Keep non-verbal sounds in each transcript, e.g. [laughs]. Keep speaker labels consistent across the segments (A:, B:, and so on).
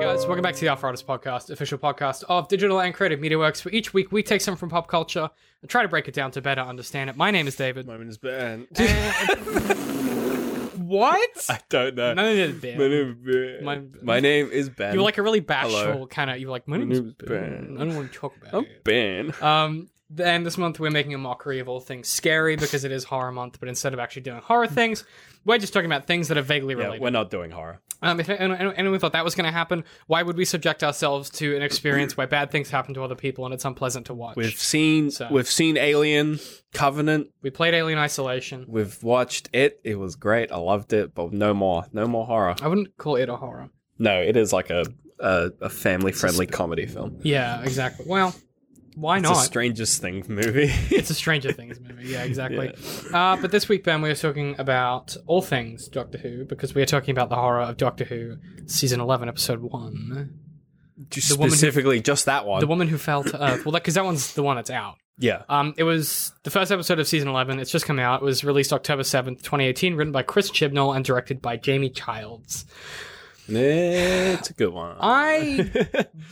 A: guys, welcome back to the Alpha Artists Podcast, official podcast of Digital and Creative Media Works. Where each week we take something from pop culture and try to break it down to better understand it. My name is
B: [laughs]
A: David.
B: My name is Ben.
A: What?
B: I don't know.
A: No, no, no, Ben.
B: My name is Ben.
A: My-
B: My, name is Ben.
A: You were like a really bashful
B: Hello.
A: kind of. You were like, my
B: My
A: name's
B: name's
A: Ben.
B: Ben.
A: I don't want to talk about
B: I'm
A: it.
B: Oh, Ben.
A: Um, then this month we're making a mockery of all things scary because it is horror month. But instead of actually doing horror things, we're just talking about things that are vaguely
B: Yeah,
A: related.
B: we're not doing horror.
A: Um, if anyone, anyone thought that was going to happen, why would we subject ourselves to an experience where bad things happen to other people and it's unpleasant to watch?
B: We've seen
A: So-
B: we've seen Alien Covenant.
A: we played Alien Isolation.
B: We've watched it. It was great. I loved it, but no more. No more horror.
A: I wouldn't call it a horror.
B: No, it is like a a, a family friendly comedy film.
A: Yeah, exactly. Well, why
B: It's
A: not?
B: the strangest thing movie. [laughs]
A: it's a Stranger Things movie. Yeah, exactly. Uh, but this week, Ben, we are talking about all things Doctor Who because we are talking about the horror of Doctor Who, season eleven, episode one.
B: Just
A: woman who-
B: specifically just that one.
A: The woman who fell to Earth. Well, because that one's the one that's out.
B: yeah.
A: Um, it was the first episode of season 11. It's just come out. It was released October 7th, 2018, written by Chris Chibnall and directed by Jamie Childs.
B: It's a good one.
A: I-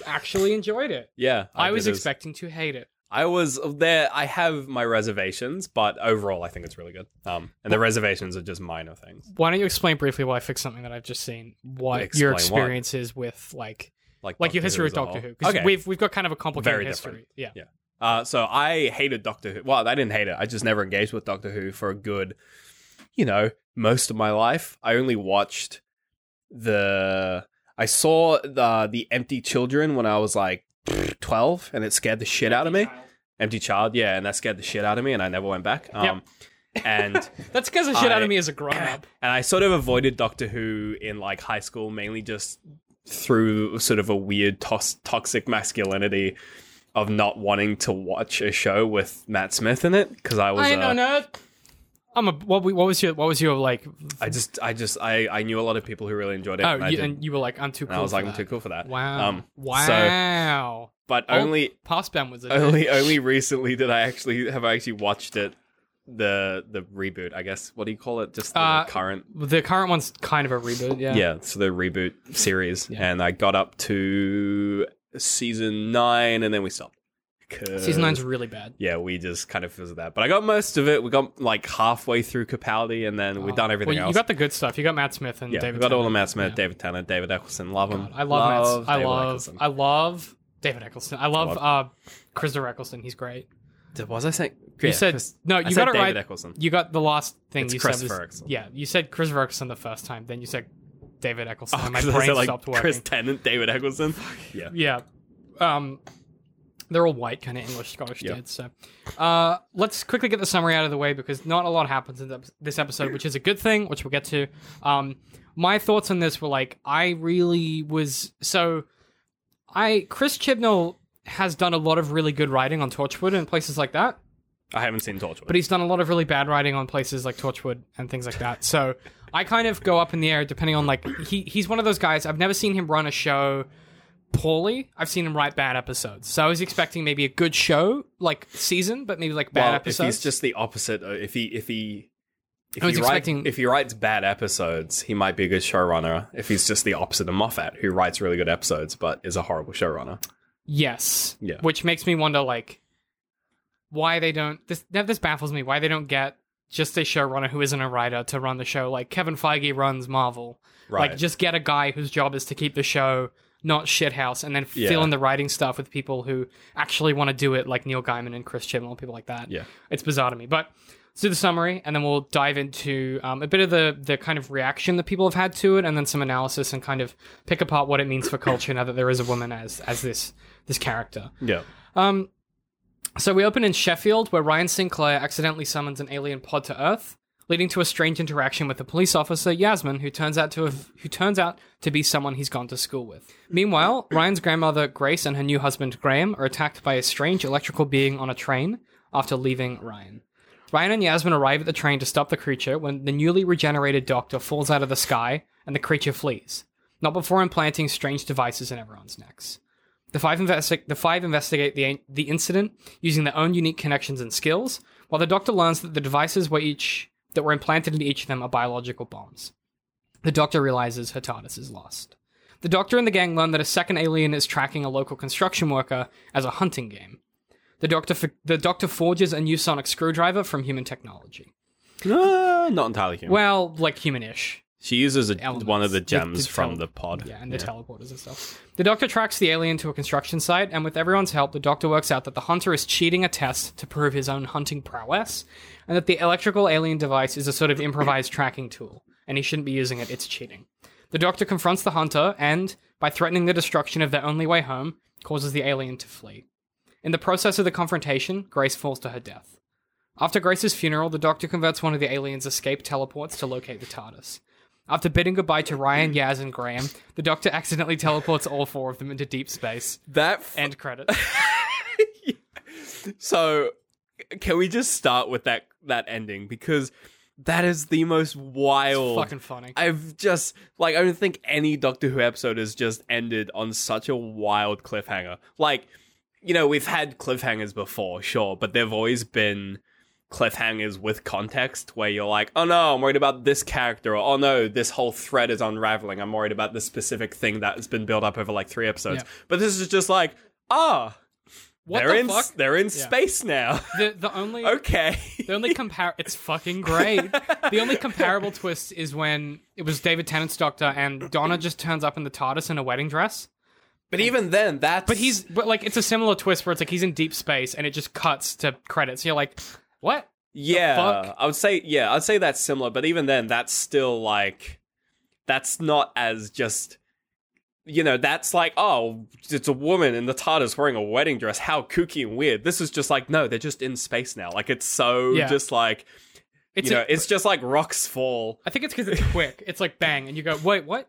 A: Actually enjoyed it.
B: [laughs] yeah.
A: I, was
B: did as-
A: expecting to hate it.
B: I was there. I have my reservations, but overall, I think it's really good. Um, and the reservations are just minor things,
A: Why don't you explain briefly why I fixed something that I've just seen? What
B: Explain
A: your
B: what?
A: experience is with like
B: like
A: like your
B: Doctor
A: history
B: Who
A: with
B: as a
A: Doctor
B: whole.
A: Who? Because
B: Okay.
A: we've we've got kind of a complicated
B: Very
A: history. Yeah.
B: Yeah. uh, so I hated Doctor Who. Well, I didn't hate it. I just never engaged with Doctor Who for a good, you know, most of my life. I only watched the. I saw the the Empty Children when I was like twelve, and it scared the shit out of me. Empty Child, yeah, and that scared the shit out of me, and I never went back. Um, and.
A: That scares the shit out
B: I-
A: of me as a grown up.
B: and I sort of avoided Doctor Who in like high school, mainly just through sort of a weird tos- toxic masculinity of not wanting to watch a show with Matt Smith in it because I [clears throat] was
A: I
B: uh,
A: don't know. I'm a what, we- what was your what was your like
B: I just I just I, I knew a lot of people who really enjoyed it.
A: oh
B: and I,
A: you,
B: didn't.
A: and you were like I'm too cool
B: And I was
A: for
B: like
A: that.
B: I'm too cool for that.
A: Wow.
B: Um, So,
A: wow.
B: but
A: Oh,
B: only
A: Past Ben was a
B: only only recently did I actually have I actually watched it the the reboot I guess what do you call it just the
A: Uh,
B: current
A: the current one's kind of a reboot. Yeah.
B: yeah so the reboot series and i got up to season nine and then we stopped 'Cause-
A: Season nine's really bad.
B: yeah we just kind of fizzled that but i got most of it we got like halfway through capaldi and then we done
A: Oh,
B: everything
A: Um, Well, you
B: else
A: got the good stuff. You got Matt Smith and
B: yeah
A: David.
B: we got all
A: Tennant.
B: of matt smith david tennant david eccleston love him
A: I love, Matt. I
B: David
A: love.
B: Eccleston.
A: I love David Eccleston. I love, uh, Christopher Eccleston. He's great.
B: Did- was i saying
A: You
B: Yeah,
A: said
B: Chris-
A: no.
B: I
A: You
B: said
A: got it
B: david
A: right.
B: eccleston
A: You got the last thing
B: It's
A: you said
B: Christopher
A: was
B: Eccleston.
A: yeah. You said Christopher Eccleston the first time. Then you said David Eccleston. and Oh, my
B: Oh, [laughs] 'cause I
A: brain
B: said, like,
A: stopped working.
B: Chris Tennant, David Eccleston. Yeah.
A: Yeah. Um, they're all white, kind of English, Scottish
B: Yeah.
A: dudes. So uh, let's quickly get the summary out of the way because not a lot happens in th- this episode, which is a good thing, which we'll get to. Um, my thoughts on this were like, I really was. So I. Chris Chibnall has done a lot of really good writing on Torchwood and places like that
B: I haven't seen Torchwood.
A: but he's done a lot of really bad writing on places like Torchwood and things like that. So I kind of go up in the air depending on like he he's one of those guys. I've never seen him run a show poorly. I've seen him write bad episodes. So I was expecting maybe a good show like season, but maybe like bad
B: Well, if
A: episodes.
B: he's just the opposite, uh, if he if he if
A: I was
B: he, write-
A: expecting-
B: if he writes bad episodes, he might be a good showrunner. If he's just the opposite of Moffat, who writes really good episodes but is a horrible showrunner.
A: yes,
B: Yeah.
A: which makes me wonder like why they don't this that- this baffles me why they don't get just a showrunner who isn't a writer to run the show like Kevin Feige runs Marvel.
B: Right.
A: Like, just get a guy whose job is to keep the show not shithouse and then
B: Yeah.
A: fill in the writing stuff with people who actually want to do it, like Neil Gaiman and Chris Chibnall, people like that.
B: Yeah.
A: It's bizarre to me. But let's do the summary and then we'll dive into um, a bit of the, the kind of reaction that people have had to it and then some analysis and kind of pick apart what it means for culture now that there is a woman as, as this, this character.
B: Yeah.
A: Um, so we open in Sheffield, where Ryan Sinclair accidentally summons an alien pod to Earth, leading to a strange interaction with the police officer Yasmin, who turns out to have, who turns out to be someone he's gone to school with. Meanwhile, Ryan's grandmother Grace and her new husband Graham are attacked by a strange electrical being on a train after leaving Ryan. Ryan and Yasmin arrive at the train to stop the creature when the newly regenerated doctor falls out of the sky and the creature flees, not before implanting strange devices in everyone's necks. The five, investi- the five investigate the, the incident using their own unique connections and skills, while the doctor learns that the devices were each that were implanted into each of them are biological bombs. The doctor realizes her TARDIS is lost. The doctor and the gang learn that a second alien is tracking a local construction worker as a hunting game. The doctor, f- the doctor forges a new sonic screwdriver from human technology.
B: Uh, not entirely human.
A: Well, like humanish.
B: she uses a,
A: elements.
B: one of the
A: The-
B: gems
A: the
B: from
A: tel-
B: the pod.
A: Yeah, and the teleporters and stuff. The doctor tracks the alien to a construction site, and with everyone's help, the doctor works out that the hunter is cheating a test to prove his own hunting prowess, and that the electrical alien device is a sort of improvised tracking tool, and he shouldn't be using it, it's cheating. The doctor confronts the hunter and, by threatening the destruction of their only way home, causes the alien to flee. In the process of the confrontation, Grace falls to her death. After Grace's funeral, the doctor converts one of the alien's escape teleports to locate the TARDIS. After bidding goodbye to Ryan, Yaz, and Graham, the Doctor accidentally teleports all four of them into deep space.
B: That f-
A: End credit.
B: so can we just start with that that ending because that is the most
A: [laughs]
B: wild
A: Fucking funny.
B: I've just like I don't think any Doctor Who episode has just ended on such a wild cliffhanger. Like, you know, we've had cliffhangers before, sure, but they've always been cliffhangers with context where you're like, "Oh no, I'm worried about this character," or "Oh no, this whole thread is unraveling. I'm worried about this specific thing that has been built up over like 3 episodes."
A: Yeah.
B: But this is just like, "Ah,
A: What
B: they're
A: the
B: in
A: fuck?
B: they're in space now." [laughs]
A: The, the only
B: okay.
A: the only compar it's fucking great. The only comparable twist is when it was David Tennant's Doctor and Donna just turns up in the TARDIS in a wedding dress.
B: But even then, that's
A: But he's but like it's a similar twist where it's like he's in deep space and it just cuts to credits. You're like, what?
B: Yeah,
A: fuck?
B: I would say yeah, I'd say that's similar, but even then, that's still like that's not as just you know that's like oh it's a woman in the TARDIS wearing a wedding dress. How kooky and weird. This is just like no, they're just in space now. Like it's so
A: Yeah.
B: just like
A: It's
B: you
A: a-
B: know it's just like rocks fall. [laughs]
A: I think it's because it's quick. It's like bang, and you go, wait, what?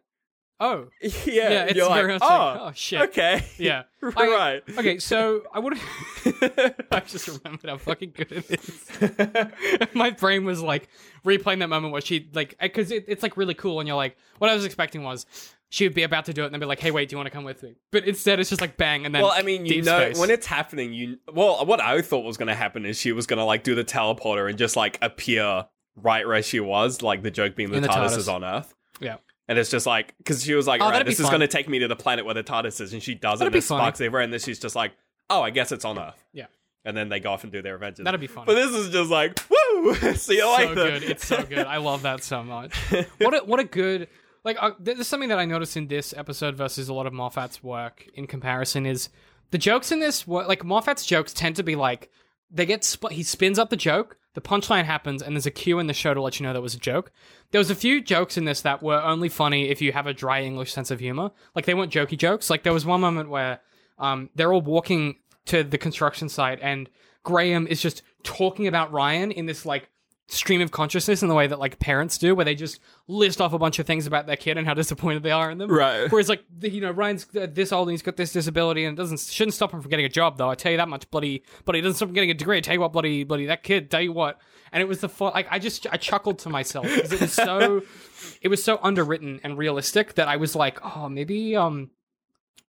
A: Oh,
B: Yeah,
A: yeah,
B: you're
A: it's
B: like,
A: very much
B: oh,
A: like, oh shit.
B: okay, [laughs]
A: Yeah. I-
B: right.
A: Okay, so I would [laughs]
B: [laughs]
A: I just remembered how fucking good it is. [laughs] My brain was like replaying that moment where she like because it, it's like really cool, and you're like, what I was expecting was she would be about to do it, and then be like, hey, wait, do you want to come with me? But instead, it's just like bang, and then
B: Well, I mean, you
A: deep
B: know,
A: space.
B: when it's happening, you well, what I thought was going to happen is she was going to like do the teleporter and just like appear right where she was, like the joke being the,
A: In the
B: TARDIS,
A: TARDIS.
B: is on Earth,
A: yeah,
B: and it's just like because she was like,
A: Oh,
B: all right,
A: that'd be
B: this is
A: fun.
B: going to take me to the planet where the TARDIS is, and she does it,
A: That'd
B: and
A: be
B: it sparks everywhere, and then she's just like, oh, I guess it's on Earth,
A: yeah,
B: and then they go off and do their adventures.
A: that'd be fun.
B: but this is just like, woo, [laughs] see you
A: so
B: later.
A: good. It's so good. I love that so much. What a what a good like. Uh, th- there's something that I noticed in this episode versus a lot of Moffat's work in comparison is the jokes in this were like Moffat's jokes tend to be like they get split. He spins up the joke, the punchline happens, and there's a cue in the show to let you know that was a joke. There was a few jokes in this that were only funny if you have a dry English sense of humor. Like they weren't jokey jokes. Like there was one moment where um, they're all walking to the construction site and Graham is just talking about Ryan in this like stream of consciousness in the way that like parents do, where they just list off a bunch of things about their kid and how disappointed they are in them.
B: [laughs] Right. [laughs]
A: Whereas like the, you know Ryan's uh, this old and he's got this disability and it doesn't shouldn't stop him from getting a job though. I tell you that much, bloody. But he doesn't stop him getting a degree. I tell you what, bloody, bloody that kid. Tell you what. And it was the fun. Like I just I chuckled to myself because it was so [laughs] it was so underwritten and realistic that I was like, oh maybe um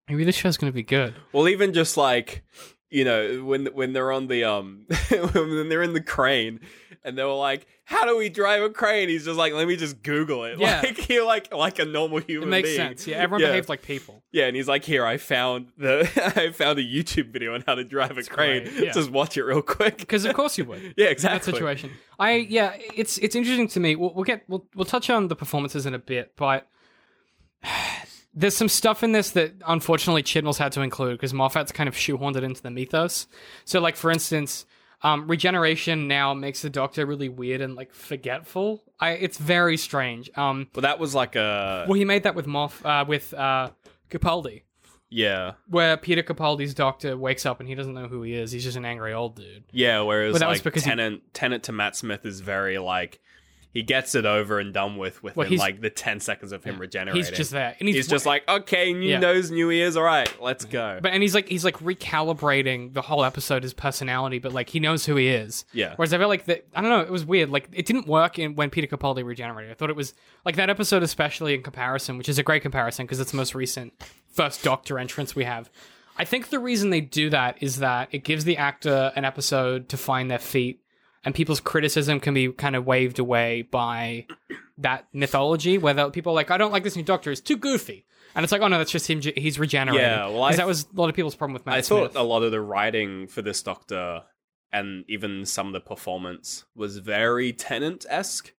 A: maybe this show's gonna be good.
B: Well, even just like you know when when they're on the um [laughs] when they're in the crane and they were like, "How do we drive a crane?" He's just like, "Let me just Google it." [laughs]
A: Yeah.
B: Like he like like a normal
A: It
B: human.
A: makes
B: being.
A: sense. Yeah, everyone
B: yeah.
A: behaved like people.
B: Yeah, and he's like, "Here, I found the [laughs] I found a YouTube video on how to drive a crane.
A: great, yeah.
B: Just watch it real quick."
A: Because of course you would.
B: [laughs] Yeah,
A: that
B: exactly.
A: situation. I yeah, it's it's interesting to me. We'll, we'll get we'll we'll touch on the performances in a bit, but [sighs] there's some stuff in this that unfortunately Chibnall's had to include because Moffat's kind of shoehorned it into the mythos. So like for instance, um, regeneration now makes the Doctor really weird and like forgetful. I it's very strange. Um,
B: Well, that was like a
A: well he made that with Moff uh, with uh, Capaldi
B: yeah,
A: where Peter Capaldi's Doctor wakes up and he doesn't know who he is. He's just an angry old dude.
B: yeah. Whereas
A: But that was
B: like
A: because he-
B: tenant tenant to Matt Smith is very like he gets it over and done with within
A: he's-
B: like the ten seconds of him regenerating.
A: He's just there, and
B: he's just like, okay, new
A: Yeah.
B: nose, new ears. All right, let's go.
A: But and he's like he's like recalibrating the whole episode his personality, but like he knows who he is.
B: Yeah.
A: Whereas I felt like that I don't know, it was weird. Like it didn't work in when Peter Capaldi regenerated. I thought it was like that episode especially in comparison, which is a great comparison because it's the most recent first Doctor entrance we have. I think the reason they do that is that it gives the actor an episode to find their feet and people's criticism can be kind of waved away by that mythology where the- people are like, I don't like this new Doctor, it's too goofy. And it's like, oh no, that's just him, j- he's regenerating.
B: Yeah, well, I
A: 'Cause that was a lot of people's problem with Matt
B: I
A: Smith.
B: thought a lot of the writing for this Doctor and even some of the performance was very Tennant esque.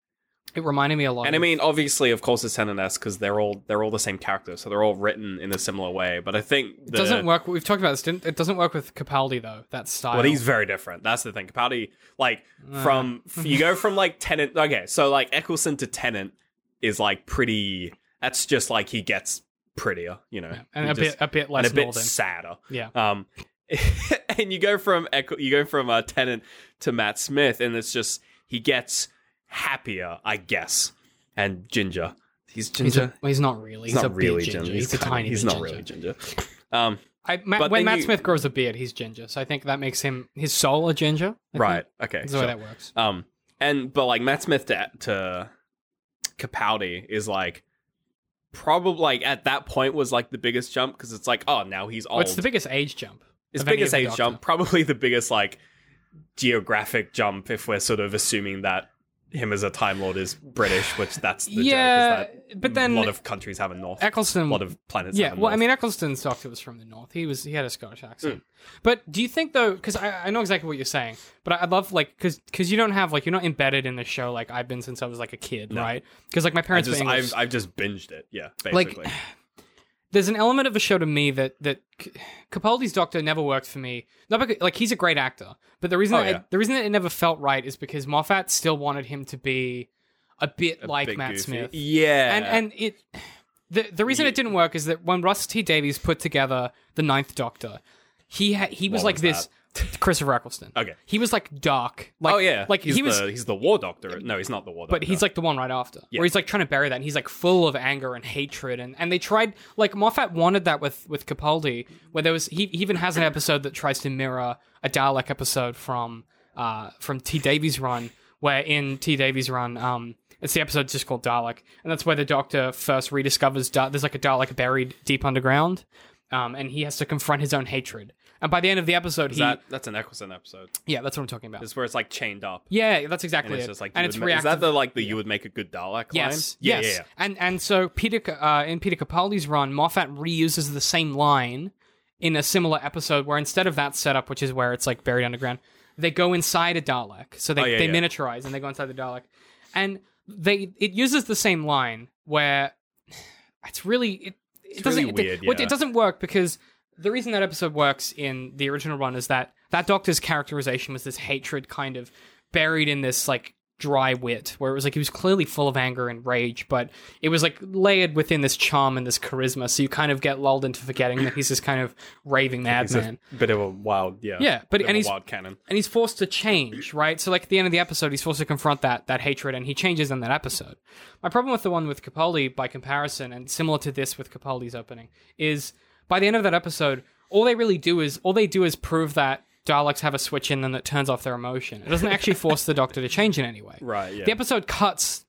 A: it reminded me a lot.
B: And I
A: of-
B: mean, obviously, of course, it's Tennant esque because they're all they're all the same character, so they're all written in a similar way. But I think
A: it
B: the,
A: doesn't work. We've talked about this. Didn't, it doesn't work with Capaldi though. That style.
B: Well, he's very different. That's the thing. Capaldi, like
A: Uh. [laughs]
B: from f- you go from like Tennant. Okay, so like Eccleston to Tennant is like pretty. That's just like he gets prettier, you know,
A: and
B: He
A: a bit,
B: just-
A: a bit
B: and
A: less
B: a bit
A: northern.
B: sadder.
A: yeah,
B: Um, [laughs] and you go from Echo- you go from uh, Tennant to Matt Smith, and it's just he gets happier, I guess. And Ginger, he's
A: he's,
B: Ginger.
A: a, well, he's not really. He's,
B: not
A: a big
B: really
A: ginger. He's,
B: He's,
A: a
B: kind of-
A: tiny.
B: He's
A: bit
B: not
A: ginger.
B: really Ginger. Um,
A: I, Ma-
B: But
A: when
B: then
A: Matt
B: you-
A: Smith grows a beard, he's ginger. So I think that makes him his soul a ginger. I
B: right.
A: Think.
B: Okay.
A: That's the
B: sure.
A: way that works.
B: Um, and but like Matt Smith to, to Capaldi is like probably like at that point was like the biggest jump because it's like oh now he's old.
A: What's the biggest age jump?
B: It's
A: of any
B: biggest
A: of the
B: age
A: Doctor?
B: jump, probably the biggest like geographic jump if we're sort of assuming that him as a Time Lord is British, which that's the
A: yeah,
B: joke, is that
A: but then
B: a lot of countries have a north, a
A: Eccleston.
B: lot of planets.
A: yeah,
B: have a
A: well, I
B: north.
A: mean, Eccleston's doctor was from the north. He was he had a Scottish accent.
B: Hmm.
A: But do you think though? Because I, I know exactly what you're saying, but I, I love like because you don't have like you're not embedded in the show like I've been since I was like a kid, right? Because like my
B: I
A: parents were
B: just
A: English.
B: I've, I've just binged it. Yeah,
A: Like-
B: basically.
A: there's an element of a show to me that that C- Capaldi's Doctor never worked for me. Not because like he's a great actor, but the reason
B: Oh,
A: that
B: yeah.
A: it, the reason that it never felt right is because Moffat still wanted him to be a bit
B: A
A: like
B: bit
A: Matt
B: goofy.
A: Smith,
B: Yeah,
A: and and it. The, the reason
B: Ye-
A: it didn't work is that when Russ T Davies put together the Ninth Doctor, he ha- he was
B: What
A: like
B: was
A: this Christopher Eccleston.
B: [laughs] Okay.
A: he was like dark. Like,
B: oh yeah,
A: like
B: he's
A: he was
B: the, he's the War Doctor. No, he's not the War Doctor.
A: but he's like the one right after
B: Yeah.
A: where he's like trying to bury that and he's like full of anger and hatred and, and they tried like moffat wanted that with with capaldi where there was he, he even has an episode that tries to mirror a dalek episode from uh from t davies run where in t davies run um it's the episode just called dalek and that's where the doctor first rediscovers da- there's like a dalek buried deep underground um and he has to confront his own hatred and by the end of the episode
B: Is
A: he
B: that that's an Eccleston episode.
A: yeah that's what i'm talking about
B: It's where it's like chained up.
A: yeah that's exactly
B: And it's
A: it
B: just like
A: and
B: you
A: it's
B: would ma-
A: reactive
B: is that the like the you would make a good Dalek
A: Yes,
B: line? Yeah,
A: yes,
B: yeah,
A: and and so Peter uh, in Peter Capaldi's run, Moffat reuses the same line in a similar episode where instead of that setup, which is where it's like buried underground, they go inside a Dalek. So they,
B: Oh, yeah,
A: they
B: yeah.
A: miniaturize and they go inside the Dalek, and they it uses the same line where [sighs] it's really it, it doesn't
B: really
A: it-
B: weird,
A: well, it,
B: yeah.
A: doesn't work because the reason that episode works in the original run is that that Doctor's characterization was this hatred kind of buried in this like dry wit where it was like he was clearly full of anger and rage but it was like layered within this charm and this charisma so you kind of get lulled into forgetting that he's this kind of raving
B: yeah. He's
A: madman
B: a bit of a wild, yeah,
A: Yeah, but-
B: bit of
A: and
B: a
A: he's-
B: wild cannon.
A: and he's forced to change, right? So like at the end of the episode, he's forced to confront that that hatred, and he changes in that episode. My problem with the one with Capaldi, by comparison, and similar to this with Capaldi's opening, is by the end of that episode, all they really do is all they do is prove that Daleks have a switch in them that turns off their emotion. It doesn't actually force the Doctor to change in any way.
B: Right, yeah.
A: The episode cuts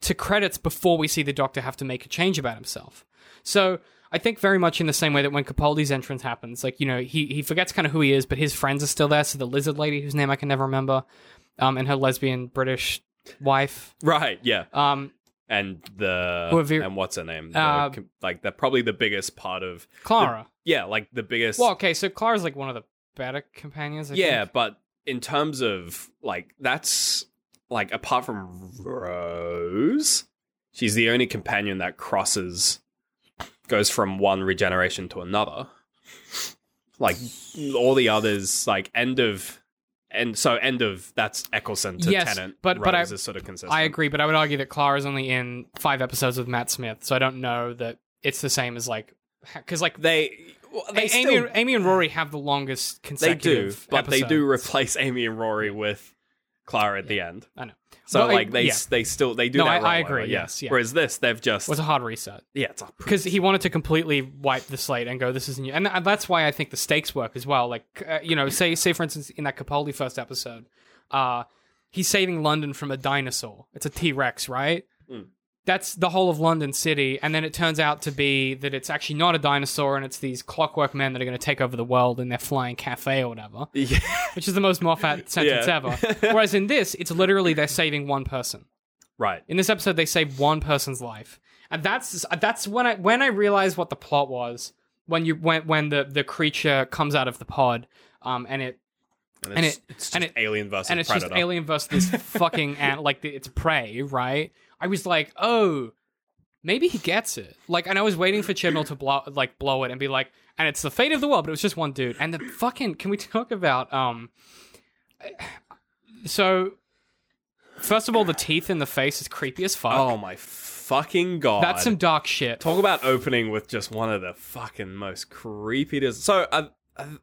A: to credits before we see the Doctor have to make a change about himself. So I think very much in the same way that when Capaldi's entrance happens, like you know, he he forgets kind of who he is, but his friends are still there. So the lizard lady, whose name I can never remember, um, and her lesbian British wife,
B: Right, yeah.
A: um,
B: And the
A: Well, if you-
B: and what's her name? The
A: Uh,
B: com- like the probably the biggest part of
A: Clara.
B: yeah, like the biggest
A: well, okay, so Clara's like one of the better companions. I
B: yeah,
A: think.
B: but in terms of like that's like apart from Rose, she's the only companion that crosses goes from one regeneration to another. Like all the others, like end of and so end of that's Eccleston to
A: Yes,
B: Tennant.
A: but-
B: Rose
A: but I-
B: is sort of consistent.
A: I agree, but I would argue that Clara's only in five episodes with Matt Smith, so I don't know that it's the same as like because like
B: They well, they
A: A-
B: still,
A: Amy, and- Amy and Rory have the longest
B: they do,
A: consecutive.
B: but they do
A: episodes.
B: replace Amy and Rory with Clara at the end.
A: I know.
B: So
A: Well, I-
B: like they
A: yeah.
B: s- they still they do
A: No,
B: that.
A: I- I
B: rollover,
A: agree,
B: yeah.
A: yes, yeah.
B: Whereas this, they've just
A: It was a hard reset
B: yeah, it's a pr-
A: because he wanted to completely wipe the slate and go, "This is new," and th- that's why I think the stakes work as well. Like uh, you know, say say for instance in that Capaldi first
B: Hmm.
A: episode, uh, he's saving London from a dinosaur. It's a T Rex, right? that's the whole of London City, and then it turns out to be that it's actually not a dinosaur, and it's these clockwork men that are going to take over the world in their flying cafe or whatever,
B: Yeah. [laughs]
A: which is the most Moffat sentence
B: Yeah.
A: ever.
B: [laughs]
A: Whereas in this, it's literally they're saving one person.
B: right.
A: In this episode, they save one person's life, and that's that's when I when I realized what the plot was when you when when the the creature comes out of the pod, um, and it
B: And
A: And
B: it's,
A: it-
B: it's just
A: and it-
B: alien versus
A: and it's
B: predator.
A: just alien versus this
B: [laughs]
A: fucking ant, like the, it's prey, right? I was like, oh, maybe he gets it. Like, and I was waiting for Chibnall to blow, like, blow it and be like, and it's the fate of the world, but it was just one dude. And the fucking, can we talk about, um, [sighs] so first of all, the teeth in the face is creepy as fuck.
B: oh my fucking god.
A: That's some dark shit.
B: Talk about opening with just one of the fucking most creepy. Des- so are, are-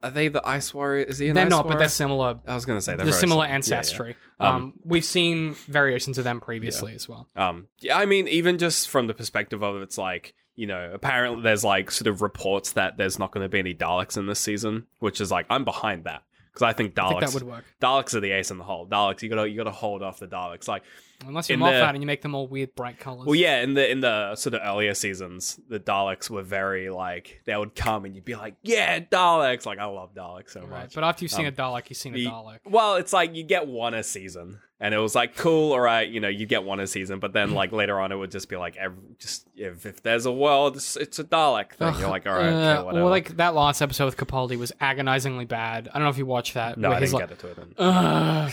B: are they the Ice Warrior? Is he an
A: They're
B: Ice
A: not,
B: Warrior?
A: but they're similar.
B: I was gonna say
A: They're
B: they're very
A: similar
B: Yeah, yeah.
A: ancestry. Um, we've seen variations of them previously as well.
B: Um, yeah, I mean, even just from the perspective of it's like, you know, apparently there's like sort of reports that there's not going to be any Daleks in this season, which is like I'm behind that because I think Daleks
A: I think that would work.
B: Daleks are the ace in the hole. Daleks, you gotta you gotta hold off the Daleks. Like,
A: Unless you're
B: In
A: Moffat
B: the-
A: and you make them all weird bright colors.
B: well, yeah, in the in the sort of earlier seasons, the Daleks were very like they would come and you'd be like, yeah, Daleks. Like I love Daleks so
A: Right,
B: much.
A: But after you've seen
B: Um,
A: a Dalek, you've seen a
B: the-
A: Dalek.
B: Well, it's like you get one a season, and it was like cool, all right, you know, you get one a season, but
A: Mm-hmm.
B: then like later on, it would just be like, ev just if, if there's a world, it's, it's a Dalek thing. You're like, all
A: Uh,
B: right, okay, whatever.
A: Well, like that last episode with Capaldi was agonizingly bad. I don't know if you watched that.
B: no,
A: where
B: I
A: he's like,
B: didn't get to it. Then.
A: Ugh.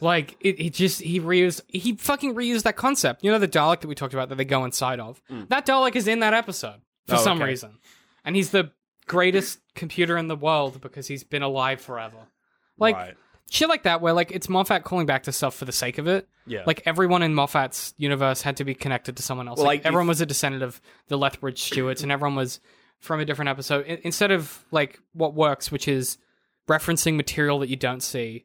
A: Like it, it just he reused he fucking reused that concept. You know the Dalek that we talked about that they go inside of. That Dalek is in that episode for
B: Hmm. Oh,
A: some
B: okay.
A: reason, and he's the greatest computer in the world because he's been alive forever. Like
B: Right.
A: shit like that, where like it's Moffat calling back to stuff for the sake of it.
B: yeah,
A: Like everyone in Moffat's universe had to be connected to someone else. like,
B: like, if-
A: everyone was a descendant of the Lethbridge Stuarts, and everyone was from a different episode. In- instead of like what works, which is referencing material that you don't see.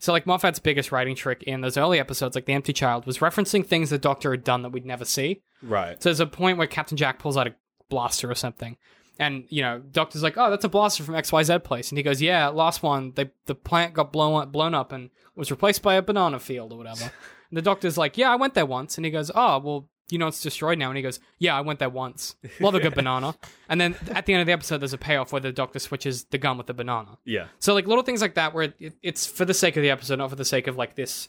A: So like Moffat's biggest writing trick in those early episodes, like the Empty Child, was referencing things the Doctor had done that we'd never see.
B: right,
A: So there's a point where Captain Jack pulls out a blaster or something. And, you know, Doctor's like, oh, that's a blaster from XYZ place. And he goes, yeah, last one, they, the plant got blown, blown up and was replaced by a banana field or whatever. and the Doctor's like, yeah, I went there once. And he goes, oh, well, you know, it's destroyed now. And he goes, yeah, I went there once. Love a good banana. And then at the end of the episode, there's a payoff where the Doctor switches the gun with the banana.
B: yeah,
A: So like little things like that, where it, it, it's for the sake of the episode, not for the sake of like this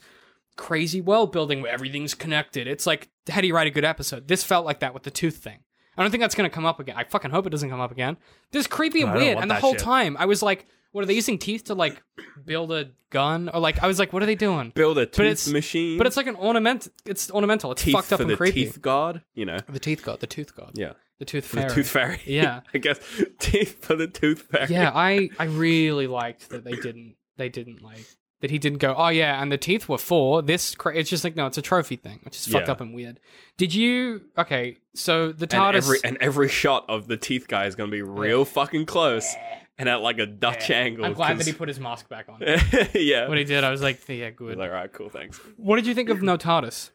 A: crazy world building where everything's connected. It's like how do you write a good episode? This felt like that with the tooth thing. I don't think that's gonna come up again. I fucking hope it doesn't come up again. This is creepy and
B: I don't
A: weird.
B: want
A: And the
B: that
A: whole
B: shit.
A: time I was like, what are they using teeth to like build a gun? Or like I was like, what are they doing?
B: build a tooth
A: it's-
B: machine,
A: But it's like an ornament. It's ornamental. It's
B: teeth
A: fucked up
B: for
A: and
B: the
A: creepy.
B: teeth god, you know,
A: The teeth god. The tooth god.
B: yeah,
A: The tooth
B: for the
A: fairy.
B: tooth fairy, [laughs]
A: Yeah.
B: I guess teeth for the tooth fairy, [laughs]
A: yeah i i really liked that they didn't they didn't like that he didn't go oh yeah and the teeth were four this cra-. it's just like no it's a trophy thing which is fucked
B: Yeah.
A: up and weird did you okay so the
B: And
A: tardis
B: every,
A: [laughs]
B: and every shot of the teeth guy is going to be real fucking close and at like a Dutch angle.
A: i'm glad
B: 'cause-
A: that he put his mask back on
B: [laughs] yeah.
A: when he did i was like yeah good
B: All right, cool, thanks.
A: what did you think
B: [laughs]
A: of no tardis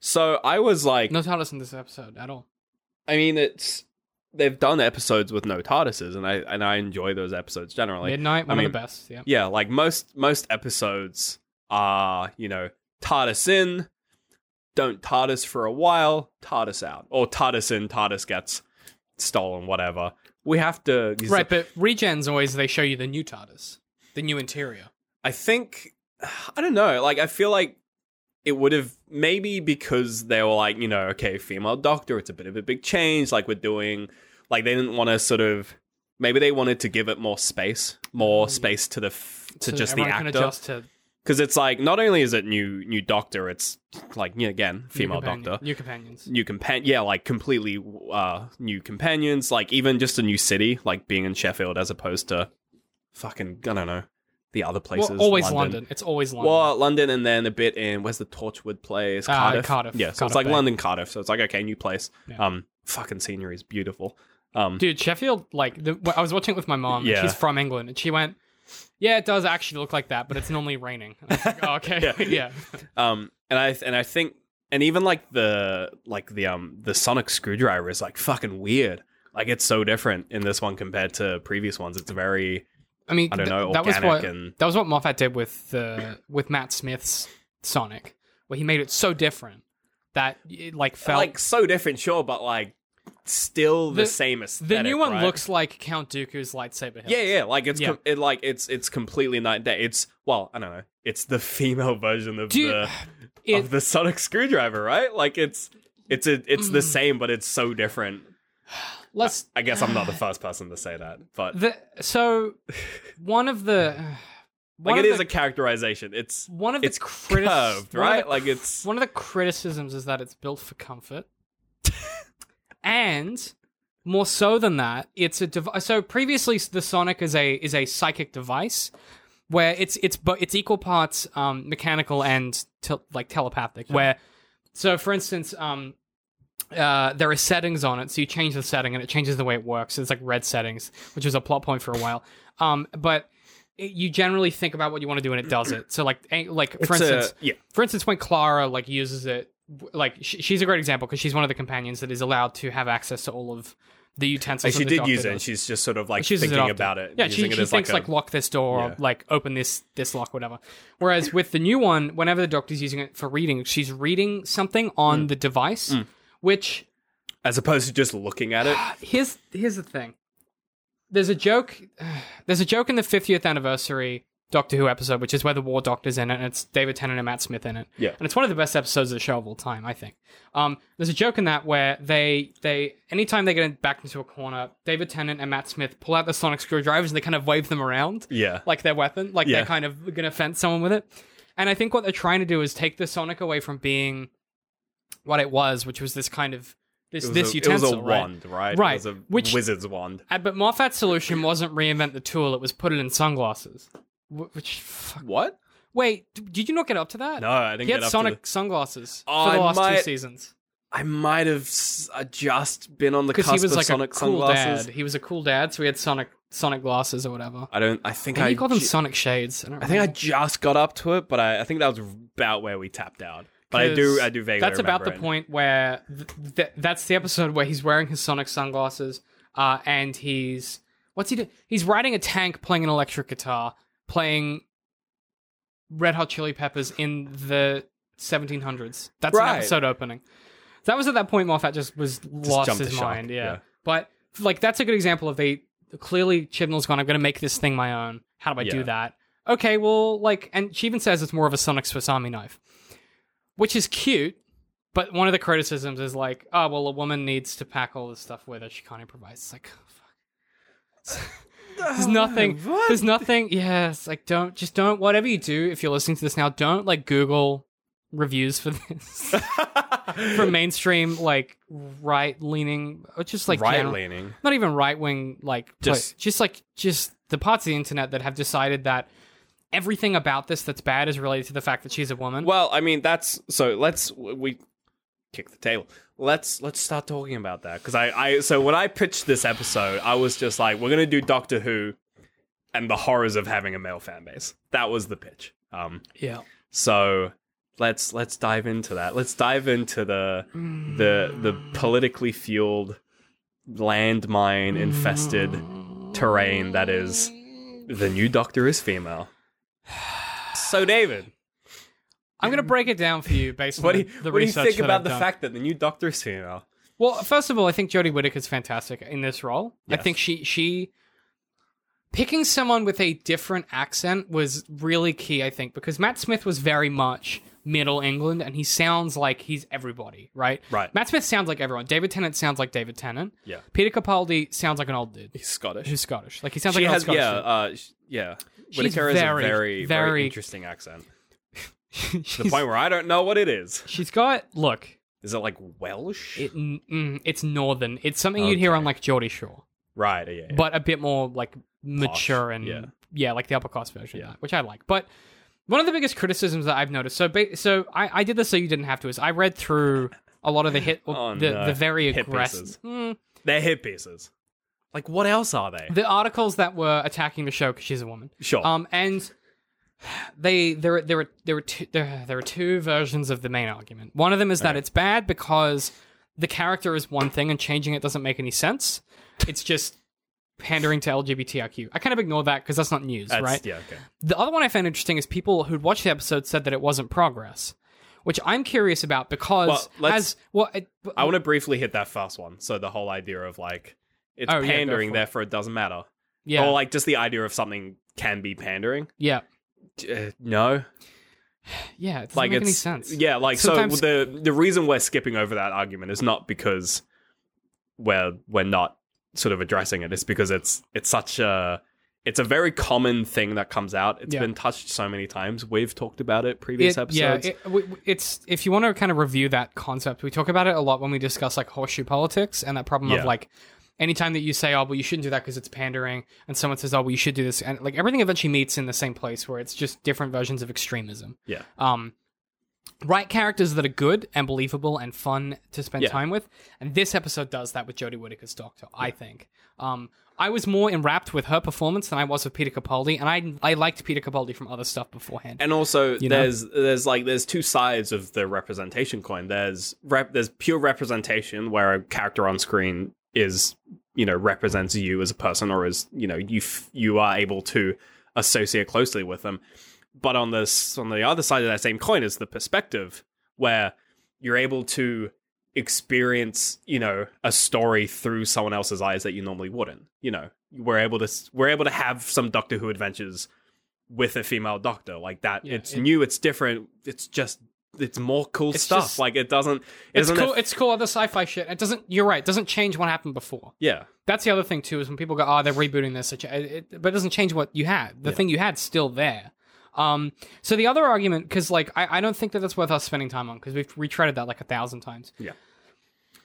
B: So I was like,
A: no tardis in this episode at all
B: I mean, it's they've done episodes with no TARDISes, and I and I enjoy those episodes generally.
A: midnight one
B: I
A: of
B: mean-
A: the best yeah
B: yeah, like most most episodes are you know TARDIS in, don't TARDIS for a while, TARDIS out, or TARDIS in, TARDIS gets stolen, whatever. We have to use
A: right but regens always they show you the new tardis the new interior
B: I think [sighs] I don't know. Like I feel like it would have maybe because they were like, you know, okay, female doctor, it's a bit of a big change. Like we're doing, like they didn't want to sort of. Maybe they wanted to give it more space, more space to the f-
A: Mm.
B: to
A: so
B: just the
A: everyone can
B: actor
A: adjust to
B: because it's like not only is it new new doctor, it's like yeah, again
A: new
B: female
A: companion-
B: doctor,
A: new companions
B: new companion yeah like completely uh new companions like even just a new city like being in sheffield as opposed to fucking i don't know the other places
A: well, always london. it's always london
B: well london and then a bit in where's the torchwood place
A: Uh,
B: cardiff
A: Cardiff.
B: yeah so
A: Cardiff
B: it's like
A: Bay.
B: london cardiff so it's like okay new place
A: Yeah.
B: um fucking scenery is beautiful um
A: Dude, Sheffield, like, the, I was watching it with my mom.
B: Yeah.
A: And she's from England, and she went, "Yeah, it does actually look like that, but it's normally raining." And I was like, oh, okay, [laughs] yeah.
B: [laughs] Yeah. um and i and i think and even like the like the um the sonic screwdriver is like fucking weird like it's so different in this one compared to previous ones it's very
A: I mean,
B: i don't
A: th-
B: know
A: that
B: organic
A: was what
B: and
A: that was what Moffat did with the with Matt Smith's Sonic, where he made it so different that it, like felt
B: Like so different, sure, but like still the,
A: The-
B: same
A: the
B: aesthetic.
A: new one
B: right?
A: looks like Count Dooku's lightsaber. hilt.
B: Yeah, yeah, like it's
A: Yeah.
B: Com- it, like it's it's completely night and day. It's well, I don't know. It's the female version of
A: Do you-
B: the
A: it,
B: of the sonic screwdriver, right? Like it's it's a, it's
A: Mm.
B: the same, but it's so different.
A: let's
B: I guess I'm
A: [sighs]
B: not the first person to say that, but
A: the so one of
B: [sighs]
A: the one
B: like it
A: of
B: is
A: the,
B: a characterization. It's
A: one of
B: it's
A: the critis-
B: curved,
A: one of the
B: right? Like
A: [laughs]
B: it's
A: One of the criticisms is that it's built for
B: [laughs]
A: comfort. and more so than that, it's a device. So previously, the Sonic is a is a psychic device where it's it's but it's equal parts um, mechanical and tel like telepathic. Where so, for instance, um, uh, there are settings on it, so you change the setting and it changes the way it works. It's like red settings, which was a plot point for a while. Um, but it, you generally think about what you want to do and it does it. So like a- like for
B: it's uh, a-
A: instance,
B: yeah,
A: for instance, when Clara like uses it, w- like sh- she's a great example because she's one of the companions that is allowed to have access to all of the utensils.
B: like she
A: that the
B: did use
A: Doctor
B: it, and
A: does.
B: she's just sort of like
A: She uses
B: thinking
A: often.
B: about it.
A: Yeah,
B: using
A: she,
B: it
A: she
B: as
A: thinks
B: like,
A: like, lock this door,
B: Yeah.
A: or, like open this this lock, whatever. Whereas with the new one, whenever the Doctor's using it for reading, she's reading something
B: Mm.
A: on the device, which
B: a, as opposed to just
A: [sighs]
B: looking at it.
A: here's here's the thing. There's a joke. [sighs] There's a joke in the 50th anniversary Doctor Who episode, which is where the War Doctor's in it, and it's David Tennant and Matt Smith in it.
B: Yeah.
A: and it's one of the best episodes of the show of all time, I think. Um, there's a joke in that where they they anytime they get back into a corner, David Tennant and Matt Smith pull out the sonic screwdrivers and they kind of wave them around
B: yeah,
A: like their weapon, like
B: Yeah.
A: they're kind of gonna fence someone with it. And I think what they're trying to do is take the Sonic away from being what it was, which was this kind of
B: it
A: this
B: was
A: this
B: a,
A: utensil,
B: It was a
A: right?
B: wand, right?
A: Right,
B: It was a
A: which-
B: wizard's wand.
A: Uh, But Moffat's solution wasn't reinvent the tool; it was put it in sunglasses. Wh- Which fuck.
B: What?
A: wait, d- did you not get up to that?
B: No, I didn't
A: he
B: get
A: had
B: up to
A: Sonic
B: the-
A: sunglasses
B: Oh,
A: for the
B: I
A: last two
B: might-
A: seasons
B: I might have s- uh, just been on the
A: because
B: cusp
A: he was
B: of
A: like
B: Sonic
A: a cool
B: sunglasses.
A: dad. He was a cool dad, so he had Sonic Sonic glasses or whatever.
B: I don't. I think
A: Maybe
B: I.
A: he called them
B: ju-
A: Sonic shades. I, don't
B: I think I
A: remember.
B: just got up to it, but I, I think that was about where we tapped out. But I do,
A: 'Cause
B: I do vaguely.
A: That's about
B: remember
A: the
B: it.
A: point where th- th- that's the episode where he's wearing his Sonic sunglasses, uh, and he's what's he doing? He's riding a tank, playing an electric guitar, playing Red Hot Chili Peppers in the 1700s. That's
B: Right.
A: an episode opening. That was at that point Moffat just was lost
B: jumped
A: his
B: the shark,
A: mind. Yeah.
B: yeah.
A: but like that's a good example of they clearly Chibnall's gone. I'm going to make this thing my own. How do I
B: Yeah.
A: do that? Okay, well, like, and she even says it's more of a Sonic Swiss Army knife, which is cute. But one of the criticisms is like, oh, well, a woman needs to pack all this stuff with her. She can't improvise. It's like, [laughs] fuck.
B: [sighs]
A: There's nothing.
B: What? [laughs]
A: There's nothing. Yeah, it's like don't just don't. Whatever you do, if you're listening to this now, don't like Google reviews for this [laughs] for mainstream like right leaning or just like
B: right
A: general-
B: leaning.
A: not even right wing like pla-
B: Just-
A: just like just the parts of the internet that have decided that everything about this that's bad is related to the fact that she's a woman.
B: Well, I mean, that's so. Let's we kick the table. Let's let's start talking about that because I, I so when I pitched this episode, I was just like, we're gonna do Doctor Who and the horrors of having a male fan base. That was the pitch. Um,
A: yeah.
B: So let's let's dive into that. Let's dive into the the
A: Mm.
B: the politically fueled landmine infested terrain that is the new doctor
A: [sighs]
B: is female. So David,
A: I'm gonna break it down for you based on
B: what do you,
A: the- the
B: what do you
A: research
B: think
A: that
B: about
A: I've
B: the
A: done.
B: fact that the new doctor is female?
A: Well, first of all, I think Jodie Whittaker's fantastic in this role.
B: Yes.
A: I think she she picking someone with a different accent was really key, I think, because Matt Smith was very much middle England and he sounds like he's everybody, right?
B: Right.
A: Matt Smith sounds like everyone. David Tennant sounds like David Tennant.
B: Yeah.
A: Peter Capaldi sounds like an old dude
B: He's Scottish.
A: who's Scottish. Like he sounds
B: She
A: like an
B: has
A: old
B: yeah,
A: Scottish.
B: uh, sh- yeah.
A: She's
B: Whitaker has a
A: very,
B: very, very
A: very-
B: interesting
A: dude.
B: accent. To the
A: [laughs] She's-
B: point where I don't know what it is.
A: she's got look.
B: Is it like Welsh?
A: It, mm, it's northern. It's something you'd hear on like Geordie Shore.
B: right, yeah, yeah.
A: but a bit more like mature and
B: yeah.
A: yeah. like the upper class version, of
B: Yeah.
A: that, which I like. But one of the biggest criticisms that I've noticed, so ba- so I, I did this so you didn't have to, is I read through a lot of the hit,
B: [laughs] Oh,
A: the,
B: no.
A: the very
B: Hit pieces.
A: aggressive, Mm,
B: They're hit pieces. Like, what else are they?
A: the articles that were attacking the show because she's a woman.
B: Sure.
A: Um, and they there are- there are there are two, there, there are two versions of the main argument. One of them is that it's bad because the character is one thing and changing it doesn't make any sense. It's just pandering to LGBTIQ. I kind of ignore that because that's not news,
B: That's-
A: right?
B: Yeah, okay.
A: The other one I found interesting is people who'd watched the episode said that it wasn't progress, which I'm curious about because
B: Well, let's-
A: as well, it,
B: I want to briefly hit that first one. So the whole idea of like it's
A: Oh, yeah, go
B: pandering,
A: for it.
B: therefore it doesn't matter.
A: yeah,
B: Or like just the idea of something can be pandering.
A: yeah,
B: Uh, no,
A: yeah. It doesn't
B: like
A: make
B: it's
A: any sense.
B: yeah, like
A: Sometimes-
B: so the the reason we're skipping over that argument is not because we're we're not sort of addressing it. It's because it's it's such a it's a very common thing that comes out. It's
A: Yeah.
B: been touched so many times. We've talked about it previous
A: It- yeah,
B: episodes.
A: it, w- w- it's if you want to kind of review that concept, we talk about it a lot when we discuss like horseshoe politics and that problem
B: Yeah.
A: of like anytime that you say, "Oh, well, you shouldn't do that because it's pandering," and someone says, "Oh, well, you should do this," and like everything eventually meets in the same place where it's just different versions of extremism.
B: yeah.
A: Um, write characters that are good and believable and fun to spend
B: Yeah.
A: time with, and this episode does that with Jodie Whittaker's Doctor. I think. Um, I was more enwrapped with her performance than I was with Peter Capaldi, and I I liked Peter Capaldi from other stuff beforehand.
B: And also,
A: know?
B: there's there's like there's two sides of the representation coin. There's rep, there's pure representation where a character on screen is you know represents you as a person or as you know you f- you are able to associate closely with them. But on this on the other side of that same coin is the perspective where you're able to experience you know a story through someone else's eyes that you normally wouldn't. You know, we're able to s- we're able to have some Doctor Who adventures with a female doctor like that.
A: Yeah,
B: it's
A: it-
B: new, it's different, it's just it's more cool
A: It's
B: stuff.
A: just-
B: like it doesn't it
A: It's
B: doesn't
A: cool.
B: aff-
A: it's cool. Other sci-fi shit. It doesn't. You're right. It doesn't change what happened before.
B: yeah.
A: That's the other thing too. Is when people go, "Oh, they're rebooting this," it, it, but it doesn't change what you had. The
B: Yeah.
A: thing you had's still there. Um. So the other argument, because like I, I don't think that that's worth us spending time on because we've retreaded that like a thousand times.
B: Yeah.